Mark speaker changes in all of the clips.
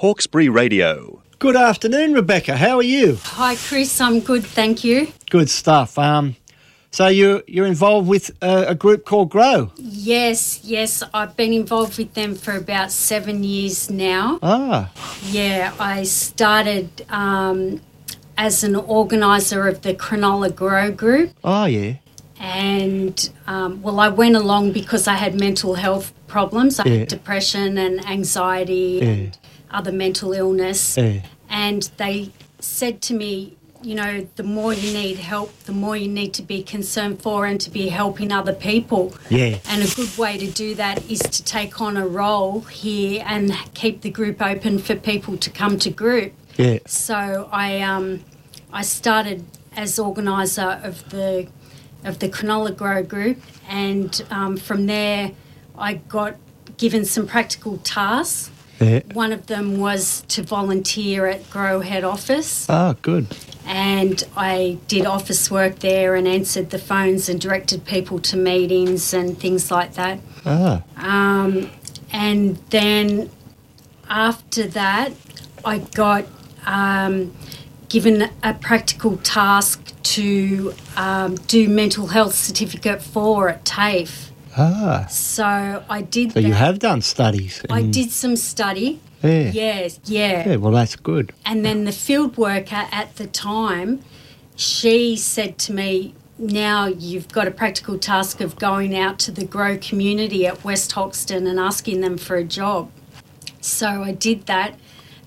Speaker 1: Hawkesbury Radio.
Speaker 2: Good afternoon, Rebecca. How are you?
Speaker 3: Hi, Chris. I'm good, thank you.
Speaker 2: Good stuff. Um, so you you're involved with a, a group called Grow.
Speaker 3: Yes, yes, I've been involved with them for about seven years now.
Speaker 2: Ah,
Speaker 3: Yeah, I started um, as an organizer of the Cronulla Grow Group,
Speaker 2: oh yeah.
Speaker 3: and um, well, I went along because I had mental health problems. I
Speaker 2: Yeah.
Speaker 3: had depression and anxiety and other mental illness,
Speaker 2: Yeah.
Speaker 3: and they said to me. You know, the more you need help, the more you need to be concerned for and to be helping other people.
Speaker 2: Yeah.
Speaker 3: And a good way to do that is to take on a role here and keep the group open for people to come to group.
Speaker 2: Yeah.
Speaker 3: So I um, I started as organizer of the of the Cronulla Grow group, and um, from there I got given some practical tasks.
Speaker 2: Yeah.
Speaker 3: One of them was to volunteer at Grow Head Office
Speaker 2: Ah, good.
Speaker 3: and I did office work there and answered the phones and directed people to meetings and things like that. Um,
Speaker 2: Ah,
Speaker 3: And then after that, I got um, given a practical task to um, do mental health certificate four at TAFE.
Speaker 2: ah.
Speaker 3: So I did.
Speaker 2: So you
Speaker 3: that.
Speaker 2: have done studies.
Speaker 3: I
Speaker 2: and-
Speaker 3: did some study.
Speaker 2: Yeah.
Speaker 3: Yes. Yeah.
Speaker 2: Yeah. Well, that's good.
Speaker 3: And then the field worker at the time, she said to me, now you've got a practical task of going out to the grow community at West Hoxton and asking them for a job. So I did that,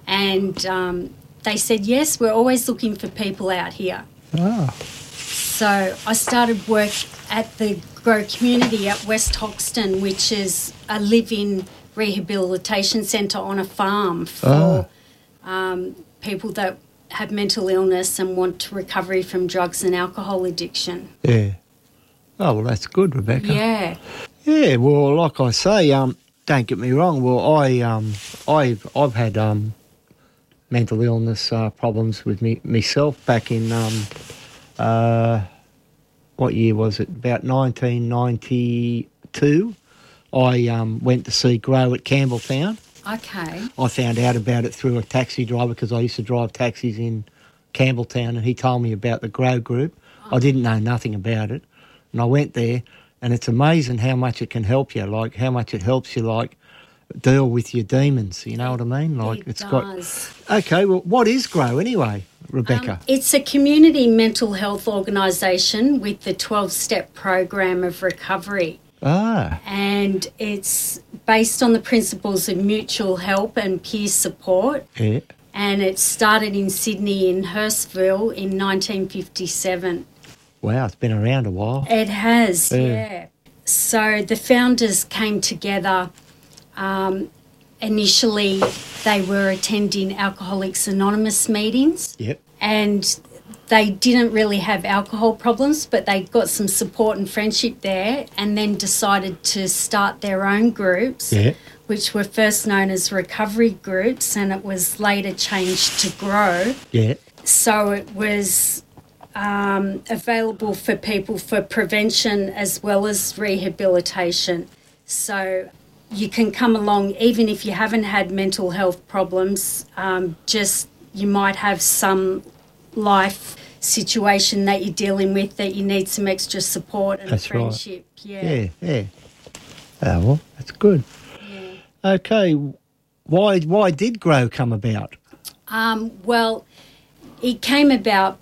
Speaker 3: and um, they said, yes, we're always looking for people out here.
Speaker 2: Ah,
Speaker 3: So I started work at the Grow Community at West Hoxton, which is a live-in rehabilitation centre on a farm for um, people that have mental illness and want recovery from drugs and alcohol addiction.
Speaker 2: yeah. Eh. Oh, well, that's good, Rebecca.
Speaker 3: Yeah,
Speaker 2: Yeah, well, like I say, um, don't get me wrong. Well, I, um, I've, I've had um, mental illness uh, problems with me myself back in um, uh, what year was it? About 1992. I um, went to see Grow at Campbelltown.
Speaker 3: okay,
Speaker 2: I found out about it through a taxi driver because I used to drive taxis in Campbelltown, and he told me about the Grow Group. I didn't know nothing about it, and I went there, and it's amazing how much it can help you. Like how much it helps you, like deal with your demons. You know what I mean? Like
Speaker 3: it
Speaker 2: it's
Speaker 3: does. Um,
Speaker 2: got okay. Well, what is Grow anyway, Rebecca?
Speaker 3: It's a community mental health organisation with the 12 step program of recovery.
Speaker 2: ah,
Speaker 3: and it's based on the principles of mutual help and peer support.
Speaker 2: yeah.
Speaker 3: And it started in Sydney in Hurstville in 1957.
Speaker 2: Wow, it's been around a while.
Speaker 3: It has,
Speaker 2: Yeah.
Speaker 3: yeah. So the founders came together. Um, initially, they were attending Alcoholics Anonymous meetings
Speaker 2: Yep.
Speaker 3: and they didn't really have alcohol problems, but they got some support and friendship there, and then decided to start their own groups,
Speaker 2: Yeah.
Speaker 3: which were first known as recovery groups, and it was later changed to grow.
Speaker 2: Yeah.
Speaker 3: So it was um, available for people for prevention as well as rehabilitation. So you can come along even if you haven't had mental health problems, um, just you might have some life situation that you're dealing with that you need some extra support and
Speaker 2: That's right.
Speaker 3: friendship.
Speaker 2: Yeah, yeah. Oh well, that's good. Okay, why why did Grow come about?
Speaker 3: Um, well, it came about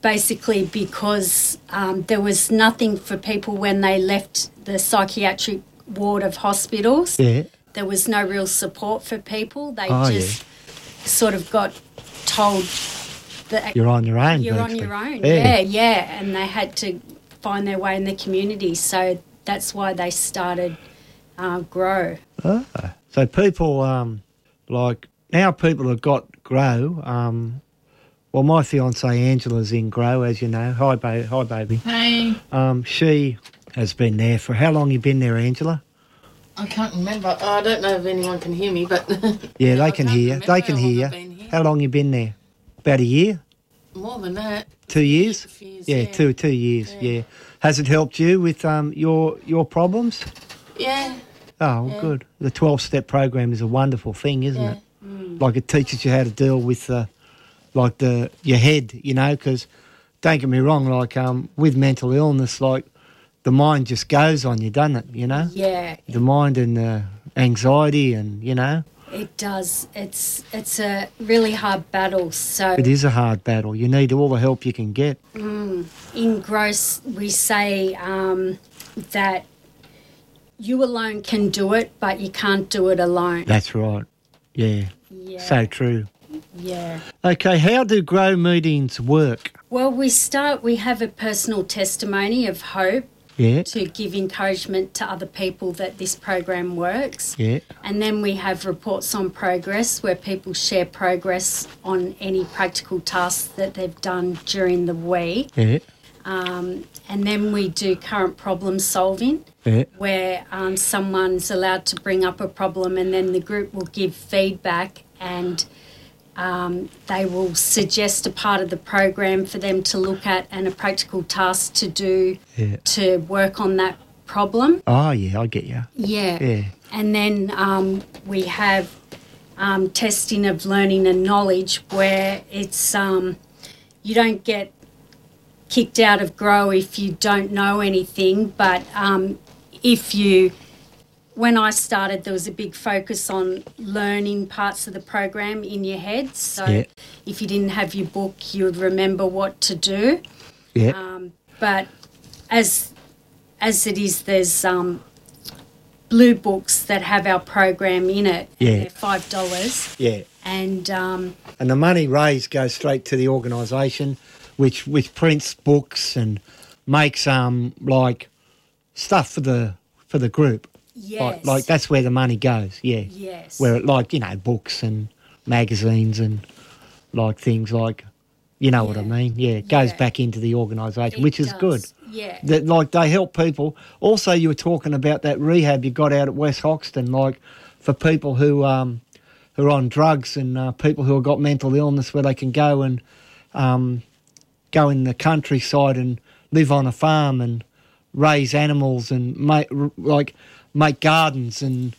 Speaker 3: basically because um, there was nothing for people when they left the psychiatric ward of hospitals.
Speaker 2: Yeah,
Speaker 3: There was no real support for people. They
Speaker 2: Oh, yeah.
Speaker 3: just sort of got told that
Speaker 2: you're on your own.
Speaker 3: you're on
Speaker 2: basically.
Speaker 3: your own. Yeah. yeah, And they had to find their way in the community. So that's why they started uh, Grow.
Speaker 2: So people um, like now people have got Grow. Um, well, my fiance Angela's in Grow, as you know. Hi, ba- hi, baby.
Speaker 4: Hey,
Speaker 2: Um, she has been there for how long? You been there, Angela?
Speaker 4: I can't remember. Oh, I don't know if anyone can hear me, but
Speaker 2: Yeah, they
Speaker 4: I
Speaker 2: can
Speaker 4: can't
Speaker 2: hear. you.
Speaker 4: remember
Speaker 2: They can
Speaker 4: how long
Speaker 2: hear
Speaker 4: I've
Speaker 2: you.
Speaker 4: been here.
Speaker 2: How long you been there? About a year.
Speaker 4: more than that,
Speaker 2: Two years?
Speaker 4: Two years,
Speaker 2: yeah,
Speaker 4: yeah.
Speaker 2: two two years. Yeah. Has it helped you with um, your your problems?
Speaker 4: yeah,
Speaker 2: Oh, well, good. The twelve step program is a wonderful thing, isn't
Speaker 4: yeah. Mm.
Speaker 2: it? Like it teaches you how to deal with, uh, like the your head, you know. Because don't get me wrong, like um, with mental illness, like the mind just goes on you, doesn't it? You know,
Speaker 3: Yeah,
Speaker 2: the mind and the anxiety, and you know,
Speaker 3: it does. It's it's a really hard battle. So
Speaker 2: it is a hard battle. You need all the help you can get.
Speaker 3: in gross, we say um, that you alone can do it, but you can't do it alone.
Speaker 2: That's right. Yeah,
Speaker 3: Yeah.
Speaker 2: so true.
Speaker 3: yeah.
Speaker 2: Okay, how do grow meetings work?
Speaker 3: Well, we start. We have a personal testimony of hope
Speaker 2: Yeah,
Speaker 3: to give encouragement to other people that this program works.
Speaker 2: yeah,
Speaker 3: And then we have reports on progress where people share progress on any practical tasks that they've done during the week.
Speaker 2: yeah,
Speaker 3: And then we do current problem solving
Speaker 2: yeah.
Speaker 3: where um, someone's allowed to bring up a problem and then the group will give feedback and um, they will suggest a part of the program for them to look at and a practical task to do
Speaker 2: Yeah.
Speaker 3: to work on that problem.
Speaker 2: Oh, yeah, I get you.
Speaker 3: Yeah.
Speaker 2: Yeah.
Speaker 3: And then um, we have um, testing of learning and knowledge where it's um, you don't get kicked out of grow if you don't know anything, but um, if you when I started, there was a big focus on learning parts of the program in your head. So
Speaker 2: Yeah.
Speaker 3: if you didn't have your book, you would remember what to do
Speaker 2: Yeah,
Speaker 3: Um, but as as it is, there's um, blue books that have our program in it. and
Speaker 2: Yeah.
Speaker 3: they're five dollars,
Speaker 2: yeah.
Speaker 3: and um,
Speaker 2: and the money raised goes straight to the organisation, which which prints books and makes um like stuff for the for the group.
Speaker 3: yes,
Speaker 2: Like, like that's where the money goes. Yeah.
Speaker 3: Yes.
Speaker 2: Where it like you know books and magazines and like things like, you know what I
Speaker 3: Yeah.
Speaker 2: mean? Yeah. It goes
Speaker 3: Yeah.
Speaker 2: back into the organisation,
Speaker 3: it
Speaker 2: which is
Speaker 3: does.
Speaker 2: good.
Speaker 3: Yeah,
Speaker 2: That like they help people. Also, you were talking about that rehab you got out at West Hoxton, like for people who um who are on drugs and uh, people who have got mental illness, where they can go and um go in the countryside and live on a farm and raise animals and make r- like make gardens and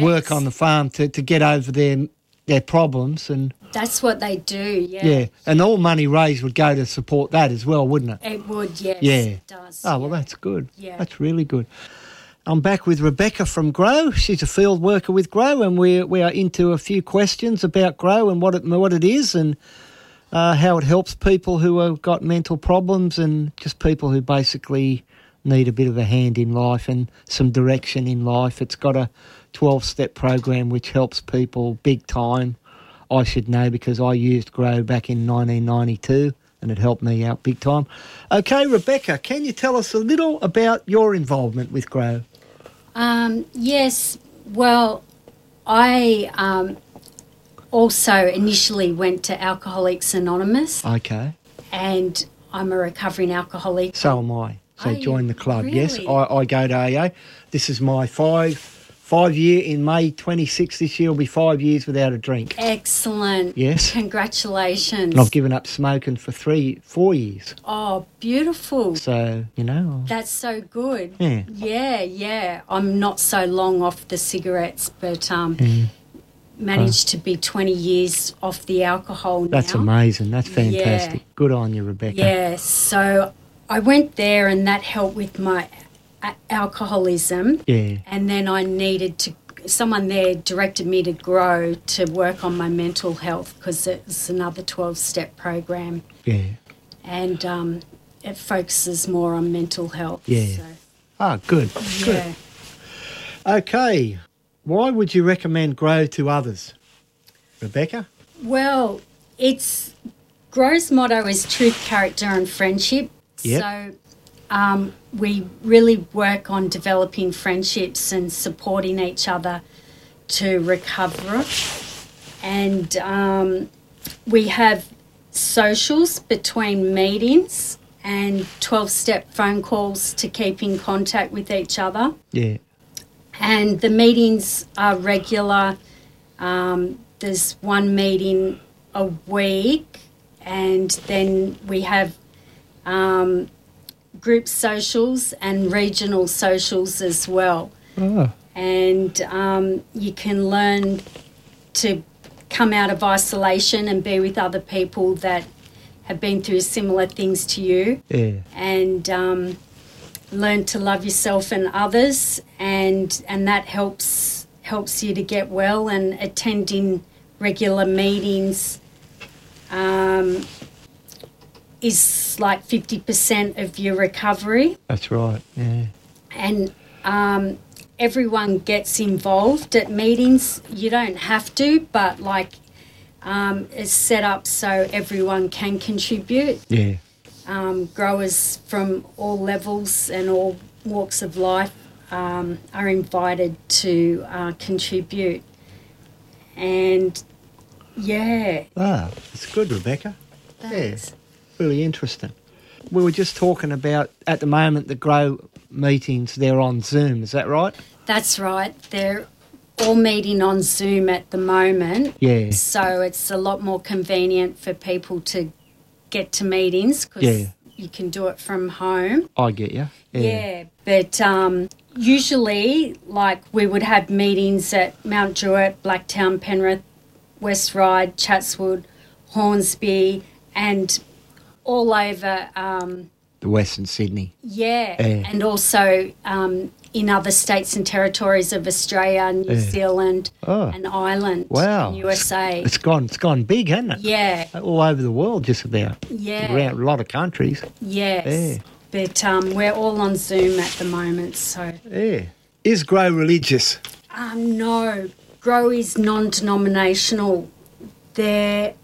Speaker 2: work
Speaker 3: yes.
Speaker 2: on the farm to, to get over their their problems and
Speaker 3: That's what they do. Yeah.
Speaker 2: yeah and all money raised would go to support that as well wouldn't it
Speaker 3: It would. Yes.
Speaker 2: yeah.
Speaker 3: It does.
Speaker 2: Oh, well,
Speaker 3: yeah.
Speaker 2: that's good.
Speaker 3: Yeah.
Speaker 2: That's really good. I'm back with Rebecca from Grow. She's a field worker with Grow, and we we are into a few questions about Grow and what it what it is and uh, how it helps people who have got mental problems and just people who basically need a bit of a hand in life and some direction in life. It's got a 12 step program which helps people big time. I should know because I used Grow back in 1992 and it helped me out big time. Okay, Rebecca, can you tell us a little about your involvement with Grow?
Speaker 3: Um, yes. Well, I um, also initially went to Alcoholics
Speaker 2: Oh.
Speaker 3: Anonymous,
Speaker 2: Okay,
Speaker 3: and I'm a recovering alcoholic.
Speaker 2: so am I. So
Speaker 3: Are you
Speaker 2: join the club. Yes,
Speaker 3: really?
Speaker 2: I, I go to AA. This is my five five year in May 26th this year will be five years without a drink.
Speaker 3: Excellent.
Speaker 2: Yes.
Speaker 3: Congratulations.
Speaker 2: And I've given up smoking for three, four years.
Speaker 3: Oh, beautiful.
Speaker 2: So, you know,
Speaker 3: That's so good.
Speaker 2: Yeah.
Speaker 3: yeah, yeah. I'm not so long off the cigarettes, but um,
Speaker 2: Mm.
Speaker 3: managed to be 20 years off the alcohol
Speaker 2: that's
Speaker 3: now.
Speaker 2: amazing. That's fantastic. Good on you, Rebecca.
Speaker 3: Yeah, so I went there and that helped with my a- alcoholism.
Speaker 2: Yeah.
Speaker 3: And then I needed to, someone there directed me to grow to work on my mental health because it's another 12 step program.
Speaker 2: Yeah.
Speaker 3: and um, it focuses more on mental health.
Speaker 2: Yeah. Ah, good.
Speaker 3: So,
Speaker 2: Good.
Speaker 3: yeah.
Speaker 2: Okay. Why would you recommend Grow to others? Rebecca?
Speaker 3: Well, it's Grow's motto is truth, character, and friendship.
Speaker 2: Yep.
Speaker 3: So um, we really work on developing friendships and supporting each other to recover. And um, we have socials between meetings and 12 step phone calls to keep in contact with each other.
Speaker 2: Yeah.
Speaker 3: and the meetings are regular. Um, there's one meeting a week, and then we have um, group socials and regional socials as well.
Speaker 2: Oh.
Speaker 3: And um, you can learn to come out of isolation and be with other people that have been through similar things to you
Speaker 2: Yeah.
Speaker 3: and um, learn to love yourself and others and and that helps helps you to get well and attending regular meetings um, is like 50% of your recovery
Speaker 2: That's right. Yeah.
Speaker 3: and um, everyone gets involved at meetings. You don't have to, but like um, it's set up so everyone can contribute.
Speaker 2: Yeah.
Speaker 3: Um, growers from all levels and all walks of life um, are invited to uh, contribute. And yeah,
Speaker 2: Ah, it's good, Rebecca.
Speaker 3: Thanks.
Speaker 2: Yeah, really interesting. We were just talking about at the moment the grow meetings. They're on Zoom. Is that right?
Speaker 3: that's right. They're all meeting on Zoom at the moment.
Speaker 2: Yeah.
Speaker 3: So it's a lot more convenient for people to get to meetings because
Speaker 2: Yeah.
Speaker 3: you can do it from home.
Speaker 2: I get you.
Speaker 3: Yeah. But um, usually, like, we would have meetings at Mount Druitt, Blacktown, Penrith, West Ryde, Chatswood, Hornsby, and all over, um,
Speaker 2: The Western Sydney.
Speaker 3: yeah,
Speaker 2: Yeah.
Speaker 3: and also um, in other states and territories of Australia, New Zealand,
Speaker 2: Oh.
Speaker 3: and Ireland,
Speaker 2: Wow.
Speaker 3: and USA.
Speaker 2: It's gone. It's gone big, hasn't it?
Speaker 3: Yeah,
Speaker 2: All over the world, just about.
Speaker 3: Yeah.
Speaker 2: Around a lot of countries.
Speaker 3: yes.
Speaker 2: Yeah.
Speaker 3: But um, we're all on Zoom at the moment, so.
Speaker 2: Yeah. Is grow religious?
Speaker 3: Um, no, grow is non-denominational. There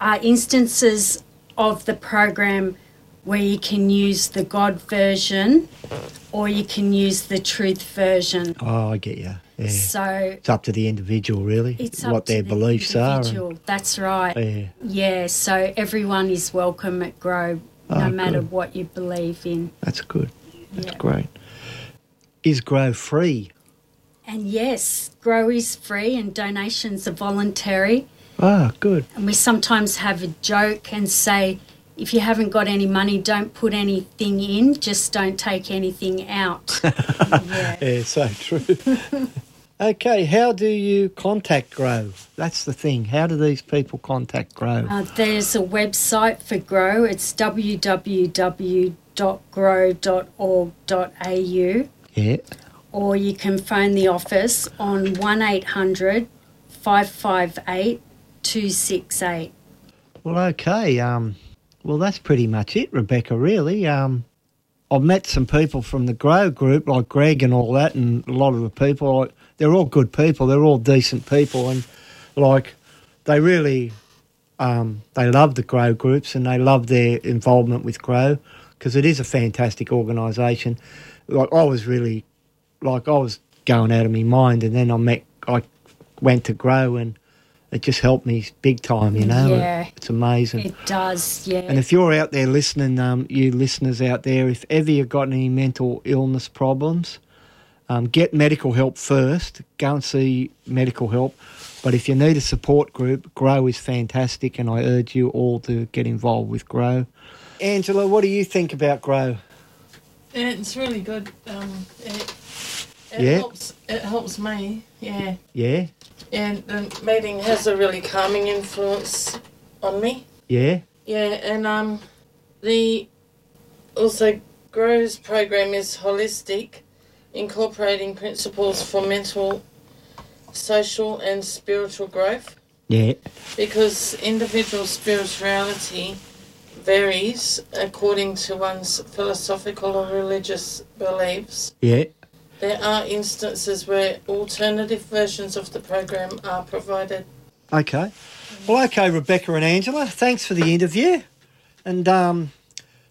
Speaker 3: are instances of the program where you can use the God version or you can use the truth version.
Speaker 2: Oh, I get you. Yeah. It's
Speaker 3: So
Speaker 2: up to the individual, really.
Speaker 3: it's up
Speaker 2: what
Speaker 3: to
Speaker 2: their
Speaker 3: the
Speaker 2: beliefs
Speaker 3: individual. That's right.
Speaker 2: are. and- yeah.
Speaker 3: Yeah, so everyone is welcome at Grow, no
Speaker 2: Oh,
Speaker 3: matter
Speaker 2: good.
Speaker 3: what you believe in.
Speaker 2: That's good. That's
Speaker 3: Yeah.
Speaker 2: great. Is grow free?
Speaker 3: And yes, Grow is free and donations are voluntary.
Speaker 2: Ah, good.
Speaker 3: And we sometimes have a joke and say, if you haven't got any money, don't put anything in, just don't take anything out. yeah.
Speaker 2: Yeah, so true. okay, how do you contact Grow? That's the thing. How do these people contact Grow?
Speaker 3: Uh, there's a website for Grow, it's www.grow.org.au,
Speaker 2: yeah.
Speaker 3: or you can phone the office on 1 800 558 268.
Speaker 2: Well, okay. Um, well, that's pretty much it, Rebecca. Really. Um, I've met some people from the Grow group, like Greg and all that, and a lot of the people. Like, they're all good people. They're all decent people, and like they really, um, they love the Grow groups and they love their involvement with Grow because it is a fantastic organisation. Like I was really, like I was going out of my mind, and then I met, I went to Grow, and it just helped me big time. You know,
Speaker 3: Yeah.
Speaker 2: it's amazing.
Speaker 3: It does, yeah.
Speaker 2: And if you're out there listening, um, you listeners out there, if ever you've got any mental illness problems, um, get medical help first. Go and see medical help. But if you need a support group, Grow is fantastic, and I urge you all to get involved with Grow. Angela, what do you think about Grow?
Speaker 4: It's really good. Um, it it
Speaker 2: Yeah.
Speaker 4: helps. It helps me. Yeah.
Speaker 2: Yeah,
Speaker 4: And the meeting has a really calming influence on me.
Speaker 2: yeah,
Speaker 4: Yeah. And um, the also grows program is holistic, incorporating principles for mental, social, and spiritual growth.
Speaker 2: yeah,
Speaker 4: Because individual spirituality varies according to one's philosophical or religious beliefs.
Speaker 2: yeah.
Speaker 4: There are instances where alternative versions of the program are provided.
Speaker 2: Okay. Well, okay, Rebecca and Angela, thanks for the interview. And um,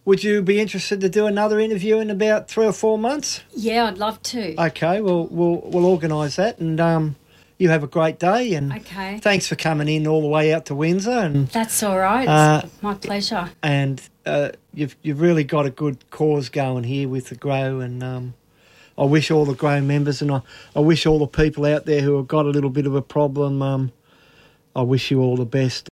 Speaker 2: would you be interested to do another interview in about three or four months?
Speaker 3: yeah, I'd love to.
Speaker 2: Okay, well, we'll we'll organise that, and um, you have a great day, and
Speaker 3: okay.
Speaker 2: thanks for coming in all the way out to Windsor, and
Speaker 3: That's all right.
Speaker 2: Uh,
Speaker 3: It's my pleasure.
Speaker 2: and uh, you've you've really got a good cause going here with the grow, and um, I wish all the grow members, and I, I wish all the people out there who have got a little bit of a problem, um, I wish you all the best.